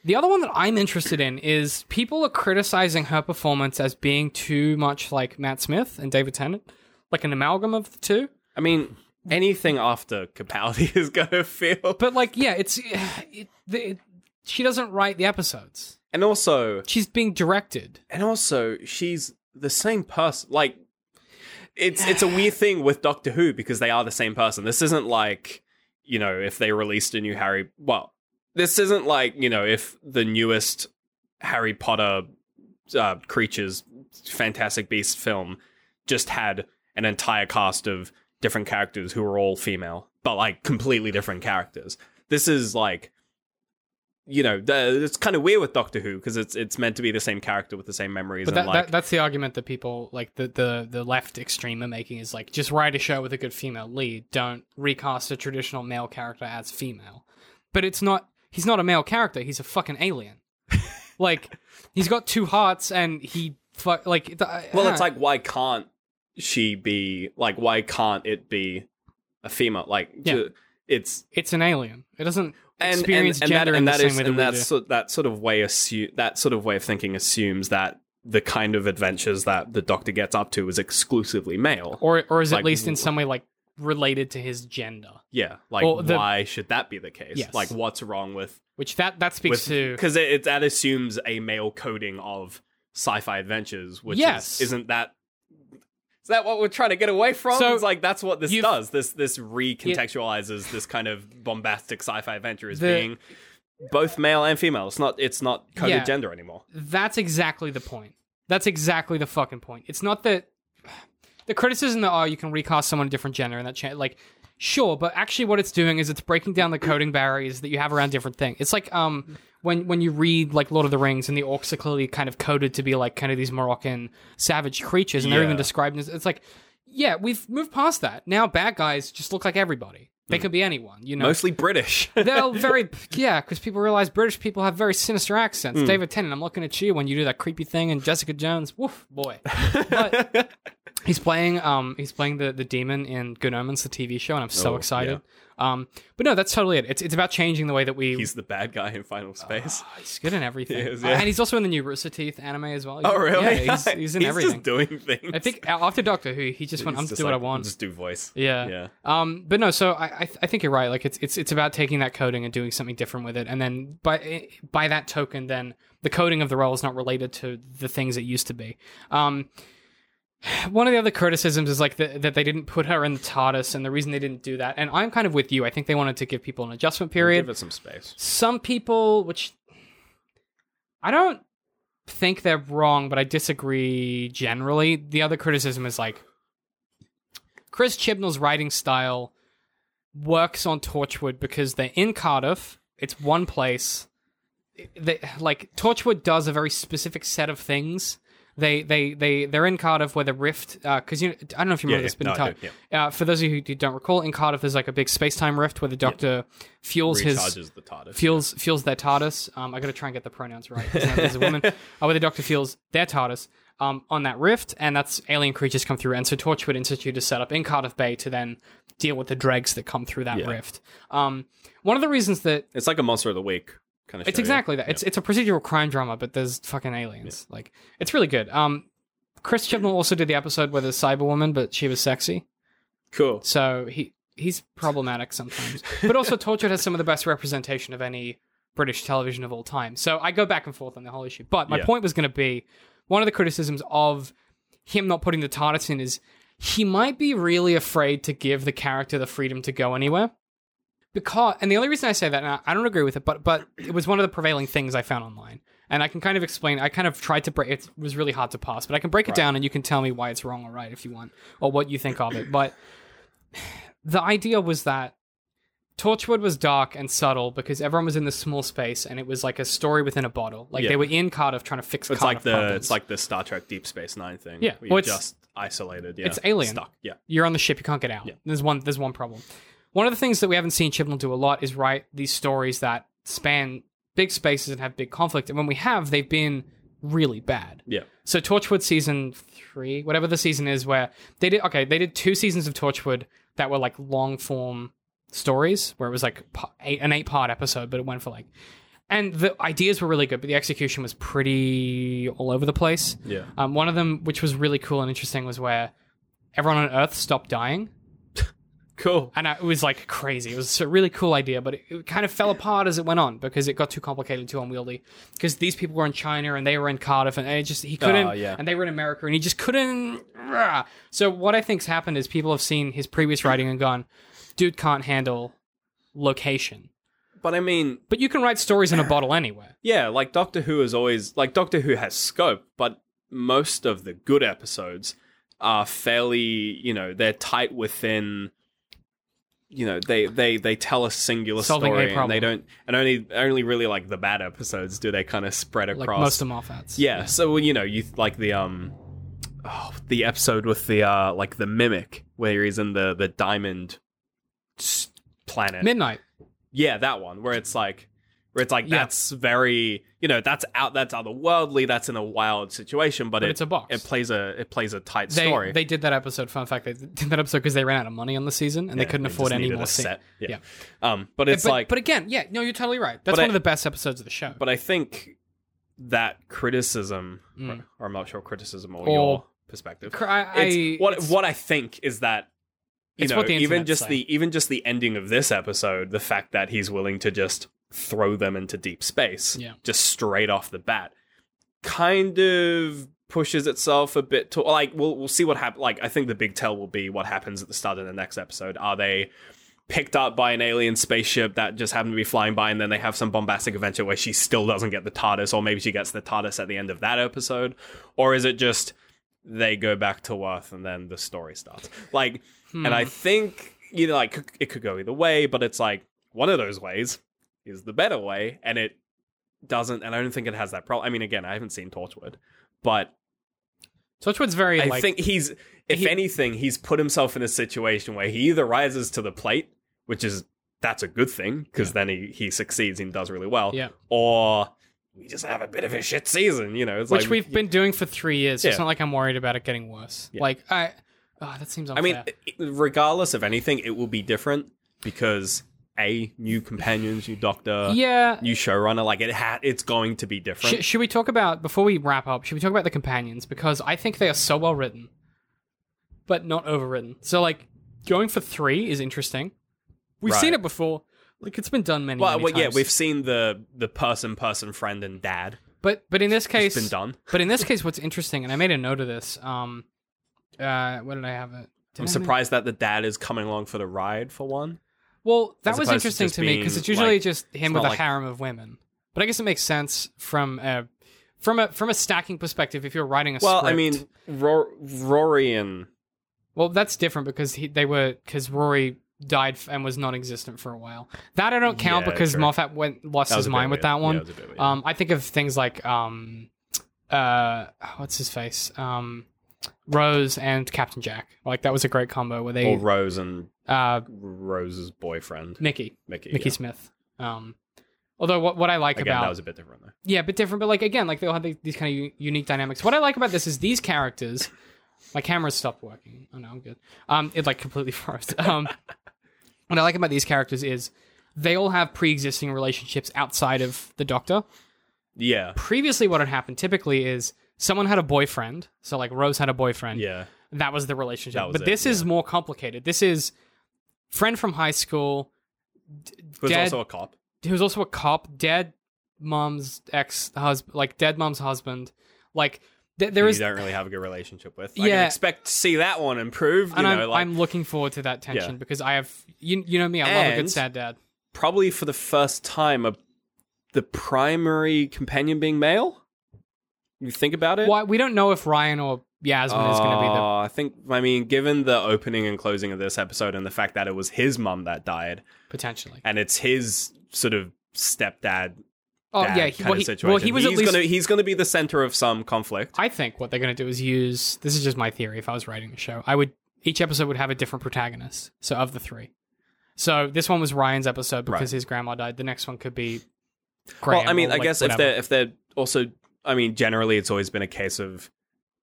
A: The other one that I'm interested in is people are criticizing her performance as being too much like Matt Smith and David Tennant, like an amalgam of the two.
B: I mean anything after Capaldi [laughs] is gonna feel
A: Mm. But like, yeah, it's [sighs] it, it, she doesn't write the episodes.
B: and also
A: She's being directed.
B: and also she's the same person like it's it's a weird thing with doctor who because they are the same person this isn't like you know if they released a new harry well this isn't like you know if the newest harry potter uh, creatures fantastic beast film just had an entire cast of different characters who were all female but like completely different characters this is like you know, the, it's kind of weird with Doctor Who because it's it's meant to be the same character with the same memories
A: But that,
B: and like
A: that, that's the argument that people like the, the the left extreme are making is like just write a show with a good female lead. Don't recast a traditional male character as female. But it's not. He's not a male character. He's a fucking alien. [laughs] like he's got two hearts and he fuck like. the- I-
B: Well,
A: I
B: it's
A: don't-
B: like why can't she be like why can't it be a female? Like
A: Yeah.
B: ju- it's
A: it's an alien. It doesn't
B: and
A: experience
B: and, and
A: gender in
B: that, and
A: the
B: that
A: same
B: is-
A: way that
B: and
A: we
B: that
A: do.
B: sort that sort of way assume that sort of way of thinking assumes that the kind of adventures that the Doctor gets up to is exclusively male.
A: or or is
B: like,
A: at least in
B: w-
A: some way like related to his gender.
B: yeah, like
A: or the-
B: why should that be the case?
A: Yes.
B: Like what's wrong with
A: Which that that speaks to
B: because it, it that assumes a male coding of sci-fi adventures, which
A: Yes.
B: is, isn't that. Is that what we're trying to get away from?
A: So,
B: it's like that's what this
A: you've-
B: does. This this recontextualizes this kind of bombastic sci-fi adventure as
A: The-
B: being both male and female. It's not it's not coded
A: Yeah.
B: gender anymore.
A: That's exactly the point. That's exactly the fucking point. It's not that the criticism that oh you can recast someone a different gender and that cha- like sure, but actually what it's doing is it's breaking down the coding barriers that you have around different things. It's like um when when you read like Lord of the Rings and the orcs are clearly kind of coded to be like kind of these Moroccan savage creatures and they're
B: Yeah.
A: even described as it's like yeah we've moved past that now bad guys just look like everybody. They could be anyone, you know.
B: Mostly British. [laughs]
A: They're very yeah, because people realize British people have very sinister accents.
B: Hmm.
A: David Tennant, I'm looking at you when you do that creepy thing, and Jessica Jones, woof boy.
B: [laughs]
A: But he's playing um he's playing the the demon in Good Omens, the TV show, and I'm so
B: Oh,
A: excited. Um, but no, that's totally it. It's it's about changing the way that we.
B: He's the bad guy in Final Space. [laughs]
A: Oh, he's good in everything, Uh,
B: He is, yeah.
A: and he's also in the new Rooster Teeth anime as well.
B: oh really? [laughs]
A: Yeah, he's, he's in everything.
B: just doing things.
A: I think uh, after Doctor Who, he just went,
B: He's
A: "I'm just do what
B: like,
A: I want."
B: Just do voice.
A: Yeah.
B: Yeah.
A: Um, but no, so I, I th- I think you're right. Like it's it's it's about taking that coding and doing something different with it, and then by by that token, then the coding of the role is not related to the things it used to be. Um, one of the other criticisms is like the, that they didn't put her in the TARDIS, and the reason they didn't do that, and I'm kind of with you. I think they wanted to give people an adjustment period.
B: Give it some space.
A: Some people, which I don't think they're wrong, but I disagree generally. The other criticism is like Chris Chibnall's writing style works on Torchwood because they're in Cardiff. It's one place. They, like Torchwood does a very specific set of things. They they they they're in Cardiff where the rift because you know, I don't know if you
B: Yeah,
A: remember this,
B: yeah.
A: but
B: No,
A: in
B: I
A: Cardiff,
B: do,
A: uh, for those of you who don't recall, in Cardiff there's like a big space time rift where the Doctor fuels his
B: Recharges the TARDIS.
A: fuels fuels their TARDIS. Um, I got to try and get the pronouns right. 'cause now There's a
B: [laughs]
A: woman. Uh, where the Doctor fuels their TARDIS um, on that rift, and that's alien creatures come through. And so Torchwood Institute is set up in Cardiff Bay to then deal with the dregs that come through that
B: Yeah.
A: rift. Um, one of the reasons that
B: It's like a monster of the week kind of.
A: it's
B: show, yeah?
A: exactly that. It's it's a procedural crime drama, but there's fucking aliens. Like it's really good. Um, Chris Chibnall also did the episode where there's Cyberwoman, but she was sexy.
B: cool.
A: So he he's problematic sometimes. But also Torchwood has some of the best representation of any British television of all time. So I go back and forth on the whole issue. But my
B: Yeah.
A: point was going to be one of the criticisms of him not putting the TARDIS in is he might be really afraid to give the character the freedom to go anywhere. Because and the only reason I say that, and I- I don't agree with it, but but it was one of the prevailing things I found online, and I can kind of explain. I kind of tried to break. It was really hard to pass, but I can break it down, and you can tell me why it's wrong or right if you want, or what you think of it. But [sighs] the idea was that Torchwood was dark and subtle because everyone was in this small space and it was like a story within a bottle. Like
B: Yeah.
A: they were in Cardiff trying to fix
B: It's
A: Cardiff
B: like the
A: problems.
B: it's like the Star Trek Deep Space Nine thing.
A: Yeah, well,
B: where you're
A: it's-
B: just isolated. Yeah,
A: it's alien.
B: Stuck. Yeah,
A: you're on the ship, you can't get out. There's one there's one problem. One of the things that we haven't seen Chibnall do a lot is write these stories that span big spaces and have big conflict. And when we have, they've been really bad.
B: yeah.
A: So Torchwood season three, whatever the season is, where they did okay, they did two seasons of Torchwood that were like long form stories, where it was like pa- eight, an eight part episode, but it went for like, and the ideas were really good, but the execution was pretty all over the place.
B: Yeah.
A: Um, one of them, which was really cool and interesting, was where everyone on Earth stopped dying,
B: Cool.
A: and I, it was like crazy. It was a really cool idea, but it, it kind of fell apart as it went on because it got too complicated, too unwieldy. Because these people were in China and they were in Cardiff, and it just he couldn't,
B: Oh, yeah.
A: and they were in America, and he just couldn't. rah. So what I think's happened is people have seen his previous writing and gone, "Dude can't handle location."
B: But I mean,
A: But you can write stories in a bottle anywhere.
B: yeah, like Doctor Who is always like Doctor Who has scope, but most of the good episodes are fairly, you know, they're tight within you know, they they they tell a singular
A: Solving a
B: story and they
A: problem.
B: don't and only only really like the bad episodes do they kind of spread across
A: Like most of Moffat's.
B: Yeah, so well, you know, you like the um oh, the episode with the uh like the mimic where he's in the the diamond s- planet.
A: Midnight.
B: Yeah, that one where it's like where it's like
A: Yeah.
B: that's very you know that's out that's otherworldly that's in a wild situation, but,
A: But
B: it,
A: it's a box.
B: It plays a it plays a tight
A: They,
B: story.
A: they did that episode. Fun fact: they did that episode because they ran out of money on the season and they
B: Yeah,
A: couldn't
B: they
A: afford
B: just
A: any
B: needed
A: more
B: a
A: scene.
B: set. Yeah.
A: Yeah.
B: Um, but it's
A: but,
B: like
A: but again, yeah, no, you're totally right. That's
B: But
A: one of
B: I-
A: the best episodes of the show.
B: but I think that criticism,
A: Mm.
B: or I'm not sure criticism or,
A: Or-
B: your perspective.
A: Cr- I, I-
B: it's, what
A: it's-
B: what I think is that you
A: It's
B: know
A: what the
B: even
A: internet's
B: just
A: saying.
B: the even just the ending of this episode, the fact that he's willing to just throw them into deep space,
A: Yeah.
B: just straight off the bat, kind of pushes itself a bit to like we'll we'll see what happens. Like I think the big tell will be what happens at the start of the next episode. Are they picked up by an alien spaceship that just happened to be flying by, and then they have some bombastic adventure where she still doesn't get the TARDIS, or maybe she gets the TARDIS at the end of that episode, or is it just they go back to Earth and then the story starts? Like,
A: hmm. Mm-hmm.
B: and I think you know, like it could go either way, but it's like one of those ways is the better way, and it doesn't, and I don't think it has that problem. I mean, again, I haven't seen Torchwood, but
A: Torchwood's very.
B: I
A: like,
B: think he's, if
A: he-
B: anything, he's put himself in a situation where he either rises to the plate, which is that's a good thing because then he he succeeds and does really well,
A: Yeah.
B: or we just have a bit of a shit season, you know. It's
A: which
B: like
A: we've been doing for three years. So It's
B: Yeah.
A: not like I'm worried about it getting worse.
B: Yeah.
A: Like I, oh, that seems
B: I
A: unfair.
B: mean, i- regardless of anything, it will be different because a new companions, new doctor,
A: yeah.
B: new showrunner. Like it had, it's going to be different.
A: Sh- should we talk about before we wrap up? Should we talk about the companions because I think they are so well written, but not overwritten. So like going for three is interesting. We've seen
B: Right.
A: it before. Like it's been done many,
B: well,
A: many
B: well, yeah,
A: times.
B: we've seen the the person, person, friend, and dad.
A: but but in this case,
B: It's been done.
A: But in this case, what's interesting, and I made a note of this. Um, uh, what did I have it? Did I
B: I'm
A: make-
B: surprised that the dad is coming along for the ride for one.
A: Well,
B: as
A: that was
B: opposed to
A: interesting
B: just
A: to me because
B: being,
A: it's usually
B: like-
A: just
B: it's
A: him with a
B: not like-
A: harem of women. But I guess it makes sense from a from a from a stacking perspective. If you're writing a
B: Well,
A: script,
B: I mean, Ro- Rory and
A: well, that's different because he, they were because Rory died f- and was non-existent for a while. That I don't count
B: Yeah,
A: because
B: true.
A: Moffat went lost
B: That
A: his
B: was a bit
A: mind with
B: weird.
A: that one.
B: Yeah, it was a bit weird.
A: Um, I think of things like um, uh, what's his face, um, Rose and Captain Jack. Like that was a great combo where
B: or
A: they,
B: Rose and
A: uh,
B: Rose's boyfriend,
A: Mickey,
B: Mickey.
A: Mickey
B: yeah.
A: Smith. Um, although what what I like
B: Again,
A: about
B: that was a bit different though.
A: yeah, but different. But like again, like they all have these- these kind of u- unique dynamics. What I like about this is these characters. My camera stopped working. Oh no, I'm good. Um, it like completely [laughs] froze. Um, what I like about these characters is they all have pre-existing relationships outside of the Doctor.
B: Yeah,
A: Previously, what had happened typically is someone had a boyfriend. So like Rose had a boyfriend.
B: yeah,
A: That was the relationship.
B: That was
A: but
B: it,
A: this is more complicated. This is friend from high school
B: but it's
A: Dad-
B: also a cop.
A: he was also a cop, dead mom's ex husband, like dead mom's husband. Like th- there
B: who
A: is,
B: you don't really have a good relationship with. I yeah,
A: Yeah.
B: expect to see that one improve. You
A: and
B: know,
A: I'm,
B: like
A: I'm looking forward to that tension
B: Yeah.
A: because I have, you, you know me, I love a
B: And-
A: good sad dad.
B: probably for the first time, a, the primary companion being male. You think about it.
A: Why we don't know if Ryan or Yasmin is going to be the
B: Oh, I think. I mean, given the opening and closing of this episode, and the fact that it was his mum that died,
A: potentially.
B: and it's his sort of stepdad.
A: Oh
B: dad
A: yeah, he,
B: kind
A: well,
B: of
A: he,
B: situation.
A: well, he was
B: he's
A: at least.
B: gonna, he's going to be the center of some conflict.
A: I think what they're going to do is use. This is just my theory. If I was writing the show, I would each episode would have a different protagonist. So of the three, so this one was Ryan's episode because
B: Right.
A: his grandma died. The next one could be.
B: Well,
A: Graham
B: I mean,
A: or,
B: I
A: like,
B: guess
A: whatever.
B: if they're if they're also, I mean, generally it's always been a case of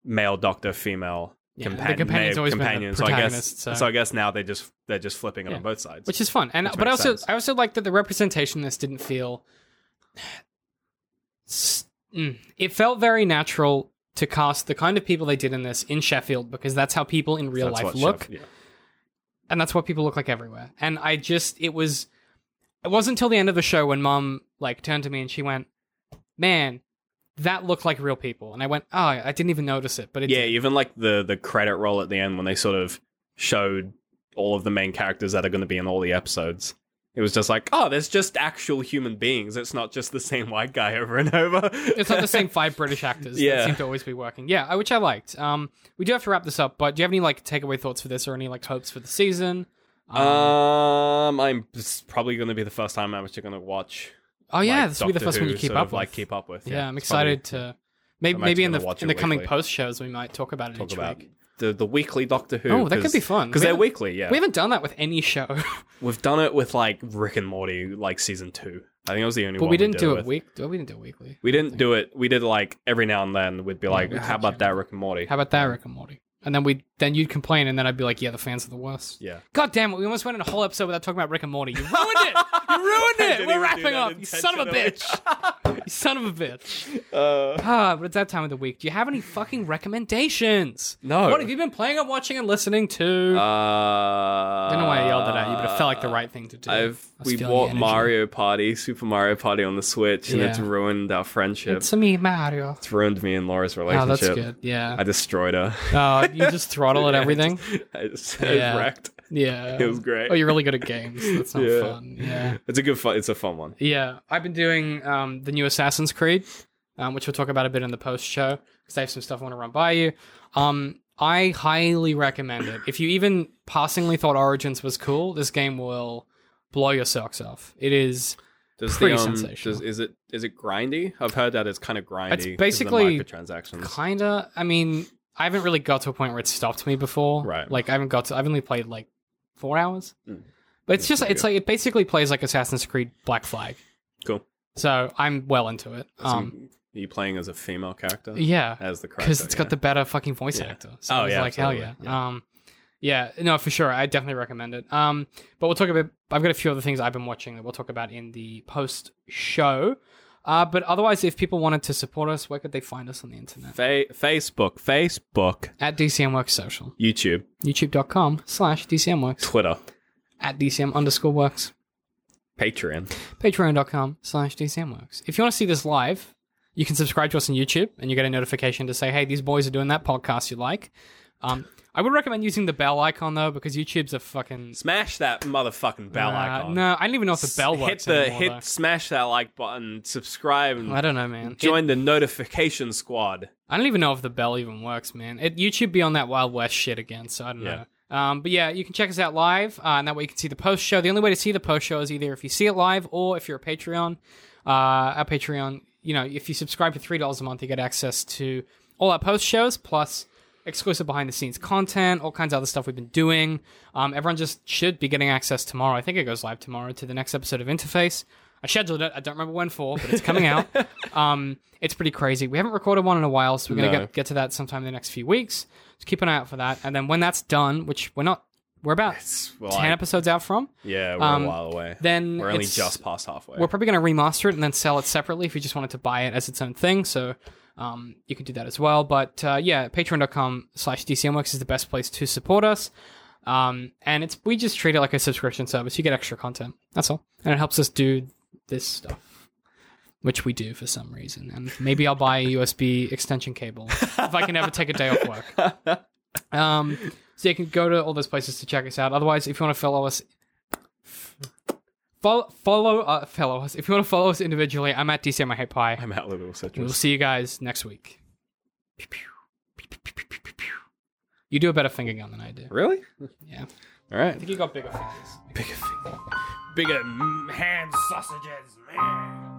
B: male doctor, female
A: Yeah, the
B: companion,
A: companion's
B: male
A: always been the
B: companion. so I guess
A: protagonist, so-
B: I guess now they just they're just flipping it
A: Yeah.
B: on both sides.
A: which is fun. And
B: Which
A: but I
B: makes
A: also
B: sense.
A: I also like that the representation in this didn't feel. S- mm. It felt very natural to cast the kind of people they did in this in Sheffield because that's how people in real
B: That's
A: life
B: what
A: look,
B: Chef- yeah.
A: and that's what people look like everywhere. And I just it was, it wasn't until the end of the show when Mum like turned to me and she went, "Man." That looked like real people, and I went, "Oh, I didn't even notice it." But it
B: yeah,
A: did.
B: even like the the credit roll at the end when they sort of showed all of the main characters that are going to be in all the episodes. It was just like, oh, there's just actual human beings. It's not just the same white guy over and over.
A: it's
B: [laughs]
A: not the same five British actors
B: Yeah.
A: that seem to always be working. Yeah, I- which I liked. Um, we do have to wrap this up, but do you have any like takeaway thoughts for this or any like hopes for the season? Um,
B: Um, I'm it's probably going to be the first time I'm actually going to watch.
A: oh yeah,
B: like,
A: this will be the
B: Doctor
A: first one
B: Who
A: you keep
B: sort
A: up
B: of,
A: with.
B: like keep up with.
A: yeah, I'm
B: it's probably-
A: excited to maybe
B: I'm
A: maybe in the
B: actually gonna watch
A: in
B: it
A: the coming
B: weekly.
A: post shows we might talk about it
B: talk
A: each
B: about
A: week.
B: the the weekly Doctor Who.
A: Oh, that could be fun.
B: because
A: We
B: they're
A: haven't-
B: weekly. Yeah,
A: We haven't done that with any show, [laughs] but
B: We've done it with like Rick and Morty, like season two. I think it was the only one.
A: we didn't
B: did
A: do
B: with.
A: it week. oh, We didn't do it weekly.
B: We didn't do it. We did like every now and then. We'd be like,
A: we
B: "How
A: did
B: about
A: that.
B: that, Rick and Morty?"
A: How about that, Rick and Morty? And then we then you'd complain, and then I'd be like, "Yeah, the fans are the worst." [laughs]
B: yeah,
A: God damn it! We almost went in a whole episode without talking about Rick and Morty. You ruined it. You
B: [laughs]
A: ruined
B: I
A: it.
B: didn't
A: We're
B: even do
A: wrapping
B: that
A: up. You son of a bitch. You son of a bitch.
B: Uh,
A: Ah, but it's that time of the week. Do you have any fucking recommendations?
B: No.
A: What have you been playing and watching and listening to? I don't know why I yelled that at you, but it felt like the right thing to do.
B: I've
A: I was feeling
B: we
A: the
B: bought
A: energy.
B: Mario Party, Super Mario Party on the Switch, and it's
A: Yeah.
B: ruined our friendship. It's,
A: It's me, Mario.
B: ruined me and Laura's
A: Oh,
B: relationship.
A: that's good. Yeah.
B: I
A: [laughs]
B: destroyed her. [laughs]
A: Uh, you just throttle at everything.
B: I just, I
A: Yeah.
B: wrecked.
A: Yeah.
B: It was great.
A: Oh, you're really good at games. That's not
B: Yeah.
A: fun. Yeah.
B: It's a good fun. It's a fun one.
A: Yeah. I've been doing um, the new Assassin's Creed, um, which we'll talk about a bit in the post show because I have some stuff I want to run by you. Um, I highly recommend it. If you even passingly thought Origins was cool, this game will blow your socks off. It is
B: Does
A: Pretty
B: the, um,
A: sensational.
B: Does, is it is it grindy? I've heard that it's kind of grindy. 'cause of the
A: basically
B: microtransactions.
A: kinda. I mean, I haven't really got to a point where it stopped me before.
B: Right.
A: Like I haven't got to. I've only played like four hours.
B: Mm.
A: But it's
B: That's
A: just
B: pretty
A: it's like it basically plays like Assassin's Creed Black Flag.
B: Cool.
A: So I'm well into it. Um,
B: Um, Are you playing as a female character?
A: yeah.
B: As the character.
A: because it's got
B: yeah.
A: the better fucking voice
B: Yeah.
A: actor. So
B: Oh,
A: I was
B: yeah,
A: like hell yeah.
B: absolutely. Yeah.
A: Um, yeah, no, for sure. I definitely recommend it. Um, but we'll talk about. I've got a few other things I've been watching that we'll talk about in the post show. Uh, but otherwise, if people wanted to support us, where could they find us on the internet?
B: Fa- Facebook, Facebook,
A: At DCMworks Social,
B: YouTube,
A: youtube.com slash DCMworks,
B: Twitter,
A: at DCM underscore works,
B: Patreon.
A: patreon.com slash DCMworks. If you want to see this live, you can subscribe to us on YouTube and you get a notification to say, hey, these boys are doing that podcast you like. Um, I would recommend using the bell icon though, because YouTube's a fucking
B: Smash that motherfucking bell
A: Uh,
B: icon.
A: No, I don't even know if the bell
B: hit
A: works.
B: the
A: anymore,
B: hit smash that like button, subscribe
A: though.
B: and
A: I don't know, man. It-
B: join the notification squad.
A: I don't even know if the bell even works, man. It, YouTube be on that Wild West shit again, so I don't
B: Yeah.
A: know. Um, but yeah, you can check us out live, uh, and that way you can see the post show. The only way to see the post show is either if you see it live or if you're a Patreon. Uh, our Patreon, you know, if you subscribe for three dollars a month, you get access to all our post shows plus exclusive behind the scenes content, all kinds of other stuff we've been doing. Um, everyone just should be getting access tomorrow. I think it goes live tomorrow to the next episode of Interface. I scheduled it. I don't remember when for, but it's coming out. um, it's pretty crazy. We haven't recorded one in a while, so we're gonna
B: No.
A: get, get to that sometime in the next few weeks. So keep an eye out for that. And then when that's done, which we're not, we're about
B: It's- well,
A: ten
B: I-
A: episodes out from.
B: Yeah, we're
A: Um,
B: a while away.
A: then
B: we're only
A: it's-
B: just past halfway.
A: We're probably going to remaster it and then sell it separately if you just wanted to buy it as its own thing. So um, you can do that as well. But uh, yeah, patreon.com slash DCMworks is the best place to support us. Um, and it's we just treat it like a subscription service. You get extra content. That's all. And it helps us do this stuff, which we do for some reason. And maybe I'll buy a USB extension cable if I can ever take a day off work. Um, so you can go to all those places to check us out. Otherwise, if you want to follow us follow, follow uh, follow us. If you want to follow us individually, I'm at DCM I Hate Pie.
B: [laughs] I'm out little citrus.
A: We'll see you guys next week. Pew, pew. Pew, pew, pew, pew, pew, pew. You do a better finger gun than I do.
B: Really?
A: Yeah.
B: All right.
A: I think you got bigger fingers.
B: Bigger, bigger mm, hand uh, sausages. Man.